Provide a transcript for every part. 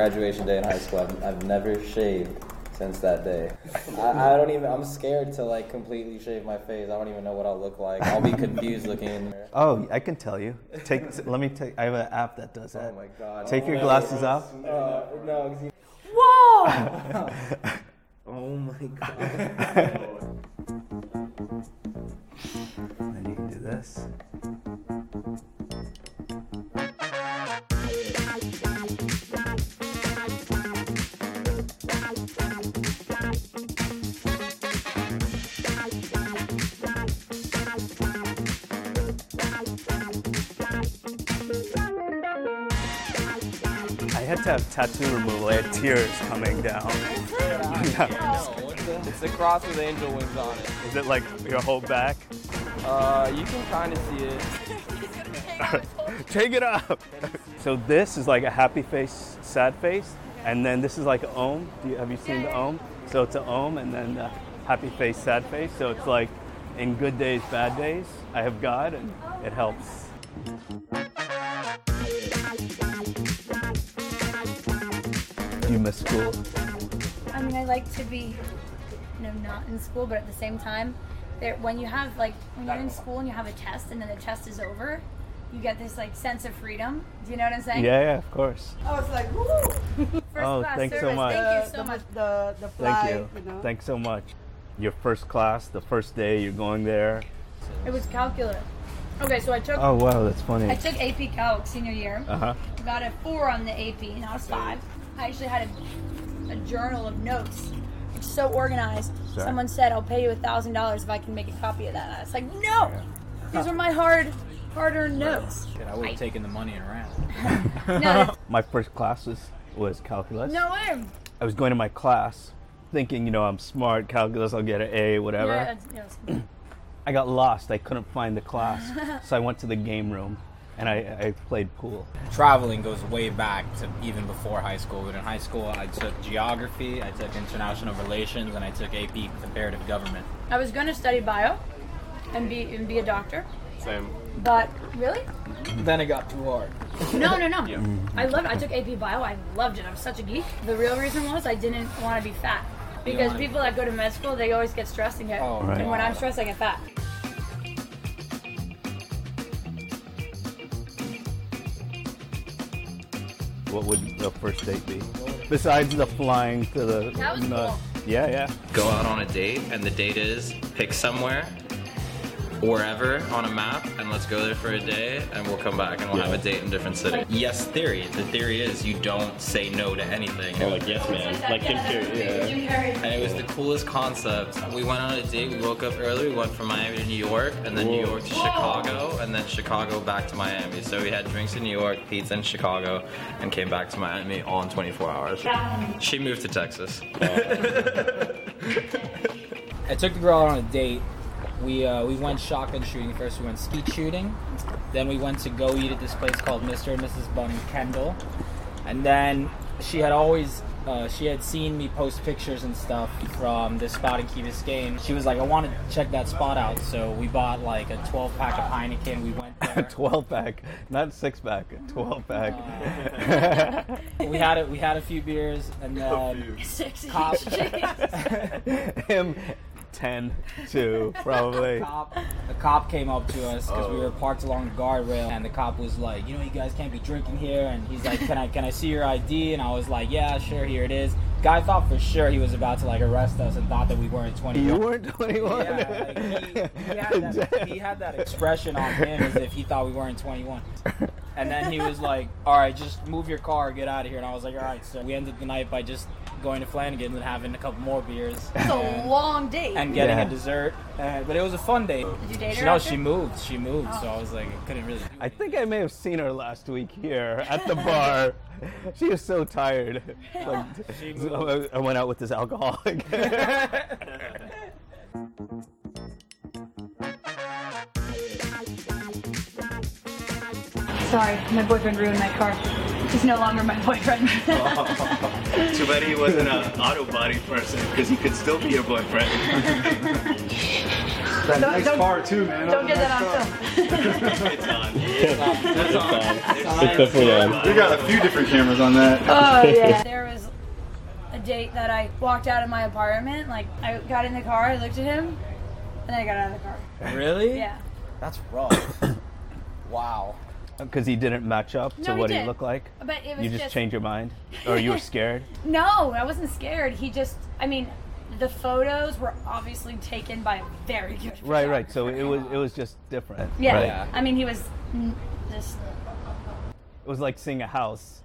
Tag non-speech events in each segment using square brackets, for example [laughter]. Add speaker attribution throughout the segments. Speaker 1: graduation day in high school. I've, I've never shaved since that day. I, I don't even. I'm scared to like completely shave my face. I don't even know what I'll look like. I'll be confused looking in the mirror.
Speaker 2: Oh, I can tell you. Take. let me take. I have an app that does
Speaker 1: [laughs]
Speaker 2: that.
Speaker 1: Oh my god.
Speaker 2: Take your glasses off.
Speaker 1: Uh, no. 'cause you-
Speaker 3: Whoa!
Speaker 1: Oh
Speaker 2: [laughs]
Speaker 1: my god.
Speaker 2: And then you can do this. I had to have tattoo removal. I had tears coming down. [laughs]
Speaker 4: It's a cross with angel wings on it.
Speaker 2: Is it like your whole back? [laughs]
Speaker 4: Uh, you can kind of see it.
Speaker 2: Take it up. [laughs] so this is like a happy face, sad face, and then this is like a ohm. Do you, have you seen the ohm? So it's a ohm, and then the happy face, sad face. So it's like in good days, bad days, I have God, and it helps. Do you miss school?
Speaker 3: I mean, I like to be, you know, not in school, but at the same time, there when you have like when you're in school and you have a test and then the test is over, you get this like sense of freedom. Do you know what I'm saying?
Speaker 2: Yeah, yeah, of course.
Speaker 5: I was like, woo!
Speaker 3: First
Speaker 2: Oh,
Speaker 3: class
Speaker 2: thanks so
Speaker 3: service.
Speaker 2: much.
Speaker 3: Thank
Speaker 5: The-
Speaker 3: you so
Speaker 5: the,
Speaker 3: much.
Speaker 5: The, the
Speaker 2: Thank
Speaker 5: fly,
Speaker 2: you.
Speaker 5: know.
Speaker 2: Thanks so much. Your first class, the first day, you're going there.
Speaker 3: It was calculus. Okay, so I took
Speaker 2: Oh wow, that's
Speaker 3: I
Speaker 2: funny.
Speaker 3: took AP Calc senior year.
Speaker 2: Uh huh.
Speaker 3: Got a four on the AP, and I was five. I actually had a, a journal of notes. It's so organized.
Speaker 2: Sure.
Speaker 3: Someone said, "I'll pay you a thousand dollars if I can make a copy of that." And I was like, "No, these are my hard, hard-earned notes."
Speaker 6: I would have taken the money and ran.
Speaker 3: [laughs] No, that's-
Speaker 2: [laughs] My first class was, was calculus.
Speaker 3: no
Speaker 6: [laughs]
Speaker 3: way.
Speaker 2: I was going to my class thinking, you know, I'm smart, calculus, I'll get an A, whatever.
Speaker 3: Yeah, it's- yes.
Speaker 2: I got lost. I couldn't find the
Speaker 3: [laughs]
Speaker 2: class. so I went to the game room and I, I played pool.
Speaker 6: Traveling goes way back to even before high school. But in high school, I took geography, I took international relations, and I took AP comparative government.
Speaker 3: I was going to study bio and be and be a doctor,
Speaker 4: Same.
Speaker 3: but really,
Speaker 4: Then it got too hard.
Speaker 3: No, no, no. I loved. I took AP Bio. I loved it. I'm such a geek. The real reason was I didn't want to be fat because
Speaker 6: wanna be-
Speaker 3: people that go to med school they always get stressed and get.
Speaker 6: Oh,
Speaker 2: Right.
Speaker 3: And when I'm stressed, I get fat.
Speaker 2: What would the first date be? Besides the flying to the.
Speaker 3: That was
Speaker 2: the-
Speaker 3: cool.
Speaker 2: Yeah, yeah.
Speaker 7: go out on a date and the date is pick somewhere wherever on a map and let's go there for a day and we'll come back and we'll have a date in a different city yes theory the theory is you don't say no to anything you're like
Speaker 2: Oh,
Speaker 7: yes man like Kim
Speaker 2: [laughs]
Speaker 7: Carrey and it was the coolest concept we went on a date we woke up early we went from Miami to New York and then New York to Chicago and then Chicago back to Miami so we had drinks in New York pizza in Chicago and came back to Miami all in 24 hours she moved to Texas
Speaker 6: I took the girl out on a date. We uh, we went shotgun shooting first. We went skeet shooting. Then we went to go eat at this place called Mr. and Mrs. Bun and Kendall. And then she had always uh, she had seen me post pictures and stuff from this spot in Key Biscayne. She was like, I want to check that spot out. So we bought like a 12 pack of Heineken. We went
Speaker 2: A
Speaker 6: there.
Speaker 2: 12 pack, not six pack, a 12
Speaker 3: [laughs]
Speaker 2: pack. [laughs]
Speaker 6: we had a, we had a few beers and then
Speaker 3: Sexy. [laughs]
Speaker 6: Cop.
Speaker 2: Him, 10, 2,
Speaker 3: [laughs]
Speaker 2: probably.
Speaker 6: cop, a cop came up to us because we were parked along the guardrail, and the cop was like, "You know, you guys can't be drinking here." And he's like, "Can I can I see your ID?" And I was like, "Yeah, sure, here it is." Guy thought for sure he was about to like arrest us and thought that we weren't twenty.
Speaker 2: You weren't 21.
Speaker 6: [laughs] Yeah, like, he, he, had
Speaker 2: [laughs]
Speaker 6: that, he had that expression on him as if he thought we weren't 21. And then he was like, "All right, just move your car, get out of here." And I was like, "All right." So we ended the night by just going to Flanagan's and having a couple more beers
Speaker 3: It's a long date.
Speaker 6: and getting
Speaker 2: Yeah.
Speaker 6: a dessert. Uh, but it was a fun day.
Speaker 3: Did you date
Speaker 6: She,
Speaker 3: her Oh.
Speaker 6: no,
Speaker 3: after?
Speaker 6: she moved. She moved. So I was like, I couldn't really. Do
Speaker 2: I think I may have seen her last week here at the
Speaker 6: [laughs]
Speaker 2: bar. she was so tired. Like, so I I went out with this alcoholic.
Speaker 3: Sorry, my boyfriend ruined my car. He's no longer my [laughs] boyfriend.
Speaker 8: Too bad he wasn't an auto body person because he could still be your boyfriend.
Speaker 5: [laughs] that
Speaker 9: Don't-
Speaker 5: next
Speaker 9: don't-
Speaker 5: bar too, man.
Speaker 9: Don't get that on film.
Speaker 8: It's on.
Speaker 2: It's on. It's
Speaker 8: It's
Speaker 2: definitely on.
Speaker 5: We got a few different cameras on that.
Speaker 9: oh yeah.
Speaker 3: There was a date that I walked out of my apartment. Like I got in the car, I looked at him, and then I got out of the car.
Speaker 6: Really?
Speaker 3: Yeah.
Speaker 4: That's rough. wow.
Speaker 2: Because Uh, he didn't match up to
Speaker 3: No, he
Speaker 2: what he,
Speaker 3: did.
Speaker 2: looked like.
Speaker 3: But it was
Speaker 2: You just, changed your mind, or
Speaker 3: [laughs]
Speaker 2: you were scared.
Speaker 3: No, I wasn't scared. He just, I mean, the photos were obviously taken by a very good.
Speaker 2: right, right. So it was it was just different.
Speaker 3: Yeah.
Speaker 2: Right.
Speaker 4: Yeah.
Speaker 3: I mean, he was mm, just.
Speaker 2: It was like seeing a house.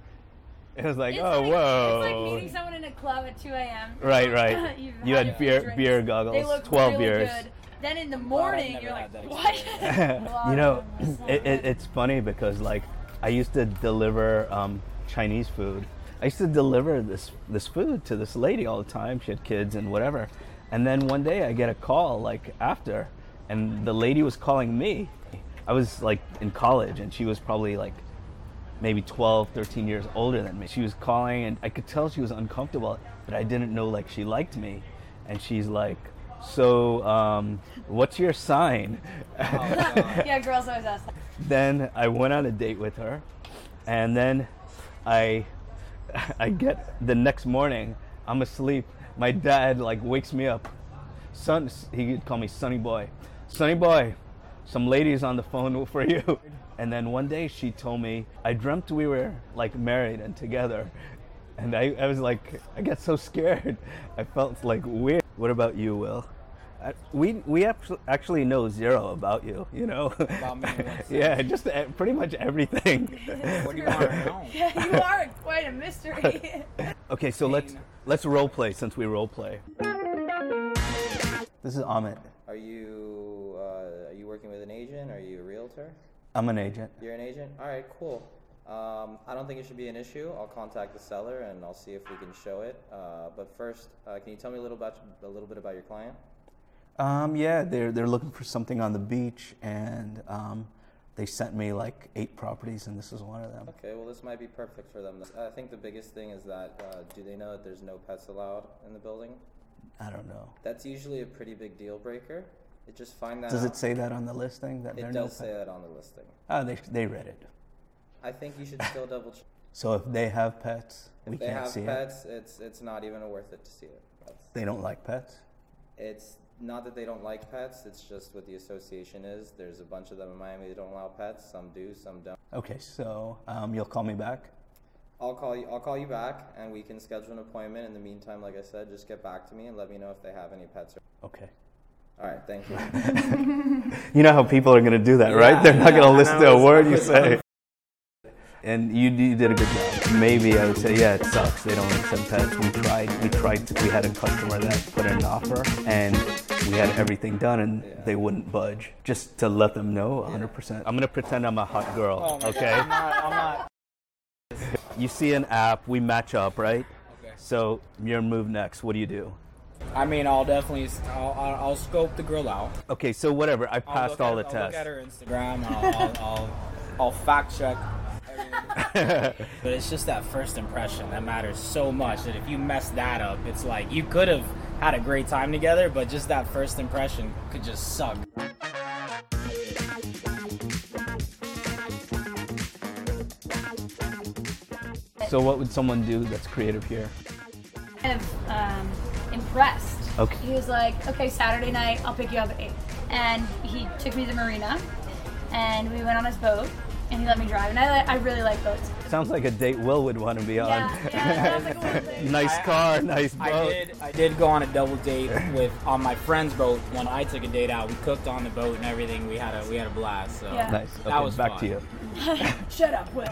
Speaker 2: It was like,
Speaker 3: It's
Speaker 2: oh
Speaker 3: like,
Speaker 2: whoa.
Speaker 3: It's like meeting someone in a club at 2 a.m. [laughs]
Speaker 2: Right, right.
Speaker 3: You've
Speaker 2: you
Speaker 3: had
Speaker 2: had
Speaker 3: a
Speaker 2: beer
Speaker 3: drink.
Speaker 2: beer
Speaker 3: They
Speaker 2: goggles,
Speaker 3: look
Speaker 2: twelve
Speaker 3: really
Speaker 2: beers.
Speaker 3: good. Then in the morning,
Speaker 4: Oh, never
Speaker 3: you're like,
Speaker 4: had that
Speaker 3: what? [laughs]
Speaker 2: [laughs]
Speaker 3: Well,
Speaker 2: you know,
Speaker 3: I don't
Speaker 2: it, it, it's funny because like I used to deliver um, Chinese food. I used to deliver this this food to this lady all the time. She had kids and whatever. And then one day I get a call like after, and the lady was calling me. I was like in college, and she was probably like maybe 12, 13 years older than me. She was calling and I could tell she was uncomfortable, but I didn't know like she liked me. And she's like, so um, what's your sign?
Speaker 3: [laughs] yeah, girls always ask [laughs] that.
Speaker 2: then I went on a date with her, and then I [laughs] I get the next morning. I'm asleep. My dad like wakes me up. Son, he would call me Sonny Boy. Sonny Boy, some ladies on the phone [laughs] for you. And then one day she told me I dreamt we were like married and together, and I, I was like I got so scared. I felt like weird. What about you, Will? I, we we actu- actually know zero about you. You know. [laughs]
Speaker 6: About me in what
Speaker 2: yeah, just uh, pretty much
Speaker 6: [laughs]
Speaker 2: everything.
Speaker 6: What do
Speaker 3: [laughs]
Speaker 6: you want to know?
Speaker 2: [laughs]
Speaker 3: Yeah, you are quite a mystery. [laughs]
Speaker 2: Okay, so let's let's role play since we role play. This is Amit.
Speaker 1: Are you uh, are you working with an agent? Are you a realtor?
Speaker 2: I'm an agent.
Speaker 1: You're an agent. All right, cool. Um, I don't think it should be an issue. I'll contact the seller and I'll see if we can show it. Uh, but first, uh, can you tell me a little about a little bit about your client?
Speaker 2: Um, yeah, they're they're looking for something on the beach, and um, they sent me like eight properties, and this is one of them.
Speaker 1: Okay, well this might be perfect for them. I think the biggest thing is that uh, do they know that there's no pets allowed in the building?
Speaker 2: I don't know.
Speaker 1: That's usually a pretty big deal breaker. It just find that
Speaker 2: Does
Speaker 1: out.
Speaker 2: it say that on the listing that
Speaker 1: It
Speaker 2: they're
Speaker 1: does
Speaker 2: no?
Speaker 1: say that on the listing.
Speaker 2: Oh, they they read it.
Speaker 1: I think you
Speaker 2: [laughs]
Speaker 1: should still double check.
Speaker 2: So if they have pets, we
Speaker 1: If they
Speaker 2: can't
Speaker 1: have
Speaker 2: see it.
Speaker 1: pets, it's it's not even worth it to see it. That's-
Speaker 2: They don't like pets.
Speaker 1: It's not that they don't like pets, it's just what the association is. There's a bunch of them in Miami that don't allow pets. Some do, some don't.
Speaker 2: Okay, so um, you'll call me back.
Speaker 1: I'll call you I'll call you back and we can schedule an appointment. In the meantime, like I said, just get back to me and let me know if they have any pets or
Speaker 2: Okay.
Speaker 1: all right, thank you.
Speaker 2: You know how people are going to do that, right? They're not going to listen to a word you say. And you, you did a good job. Maybe I would say, yeah, it sucks. They don't accept pets. We tried. We tried. To, we had a customer that put in an offer, and we had everything done, and they wouldn't budge. Just to let them know, 100%. I'm gonna pretend I'm a hot girl, okay?
Speaker 6: I'm not. I'm not.
Speaker 2: You see an app, we match up, right? So your move next. What do you do?
Speaker 6: I mean, I'll definitely. I'll, I'll, I'll scope the girl out.
Speaker 2: Okay, so whatever. I
Speaker 6: I'll
Speaker 2: passed
Speaker 6: look
Speaker 2: all
Speaker 6: at,
Speaker 2: the
Speaker 6: I'll
Speaker 2: tests.
Speaker 6: Look at her Instagram. I'll, I'll, I'll, I'll fact check.
Speaker 2: [laughs]
Speaker 6: everything. but it's just that first impression that matters so much. That if you mess that up, it's like you could have had a great time together, but just that first impression could just suck.
Speaker 2: So what would someone do that's creative here?
Speaker 3: kind of um, impressed.
Speaker 2: Okay.
Speaker 3: He was like, okay, Saturday night, I'll pick you up at 8. And he took me to the marina, and we went on his boat, and he let me drive. And I, li- I really like boats.
Speaker 2: Sounds like a date Will would want to be on.
Speaker 3: Yeah, yeah, I was like, "Oh,
Speaker 2: [laughs]
Speaker 3: thanks."
Speaker 2: nice
Speaker 6: I-
Speaker 2: car, nice boat.
Speaker 6: I did. I did go on a double date with on my friend's boat when I took a date out. We cooked on the boat and everything. We had a we had a blast. So
Speaker 3: Yeah.
Speaker 2: Nice.
Speaker 6: That
Speaker 2: Okay,
Speaker 6: was
Speaker 2: back to
Speaker 6: fun.
Speaker 2: you.
Speaker 3: Shut
Speaker 2: [laughs]
Speaker 3: up, Will.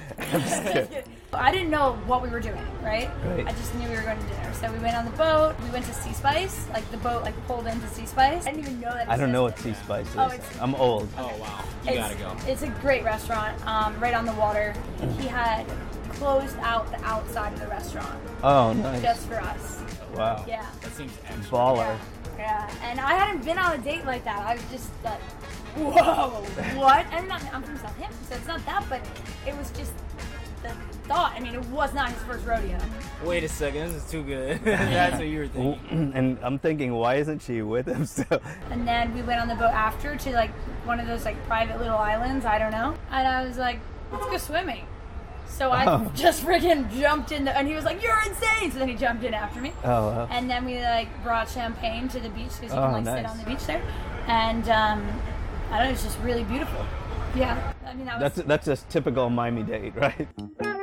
Speaker 3: I didn't know what we were doing, right?
Speaker 2: Right.
Speaker 3: I just knew we were going to dinner. So we went on the boat. We went to Sea Spice. Like the boat, like pulled into Sea Spice. I didn't even know that.
Speaker 2: I don't know what
Speaker 3: existed.
Speaker 2: sea spice is.
Speaker 3: Oh, it's-
Speaker 2: I'm old.
Speaker 6: Oh wow, you
Speaker 3: it's,
Speaker 6: gotta go.
Speaker 3: It's a great restaurant, um, right on the water. He had closed out the outside of the restaurant
Speaker 2: Oh, nice.
Speaker 3: just for us.
Speaker 2: wow.
Speaker 3: Yeah.
Speaker 6: That seems extra.
Speaker 2: Baller.
Speaker 3: Yeah. And I hadn't been on a date like that. I was just like,
Speaker 2: [laughs]
Speaker 3: whoa, what? And not, I'm from Southampton, so it's not that, but it was just the thought. I mean, it was not his first rodeo.
Speaker 6: Wait a second, this is
Speaker 2: [laughs]
Speaker 6: too good. [laughs] That's what you were thinking.
Speaker 2: [clears throat] and I'm thinking, why isn't she with him [laughs] still? Oh,
Speaker 3: And then we went on the boat after to like one of those like private little islands, I don't know. And I was like, let's go swimming. So I
Speaker 2: Oh.
Speaker 3: just [laughs] freaking jumped in, the, and he was like, "You're insane!" So then he jumped in after me.
Speaker 2: Oh, wow.
Speaker 3: And then we like brought champagne to the beach because you
Speaker 2: Oh,
Speaker 3: can like sit
Speaker 2: nice.
Speaker 3: on the beach there, and um, I don't know, it's just really beautiful. Yeah, I mean that was
Speaker 2: That's that's just typical Miami date, [laughs] right?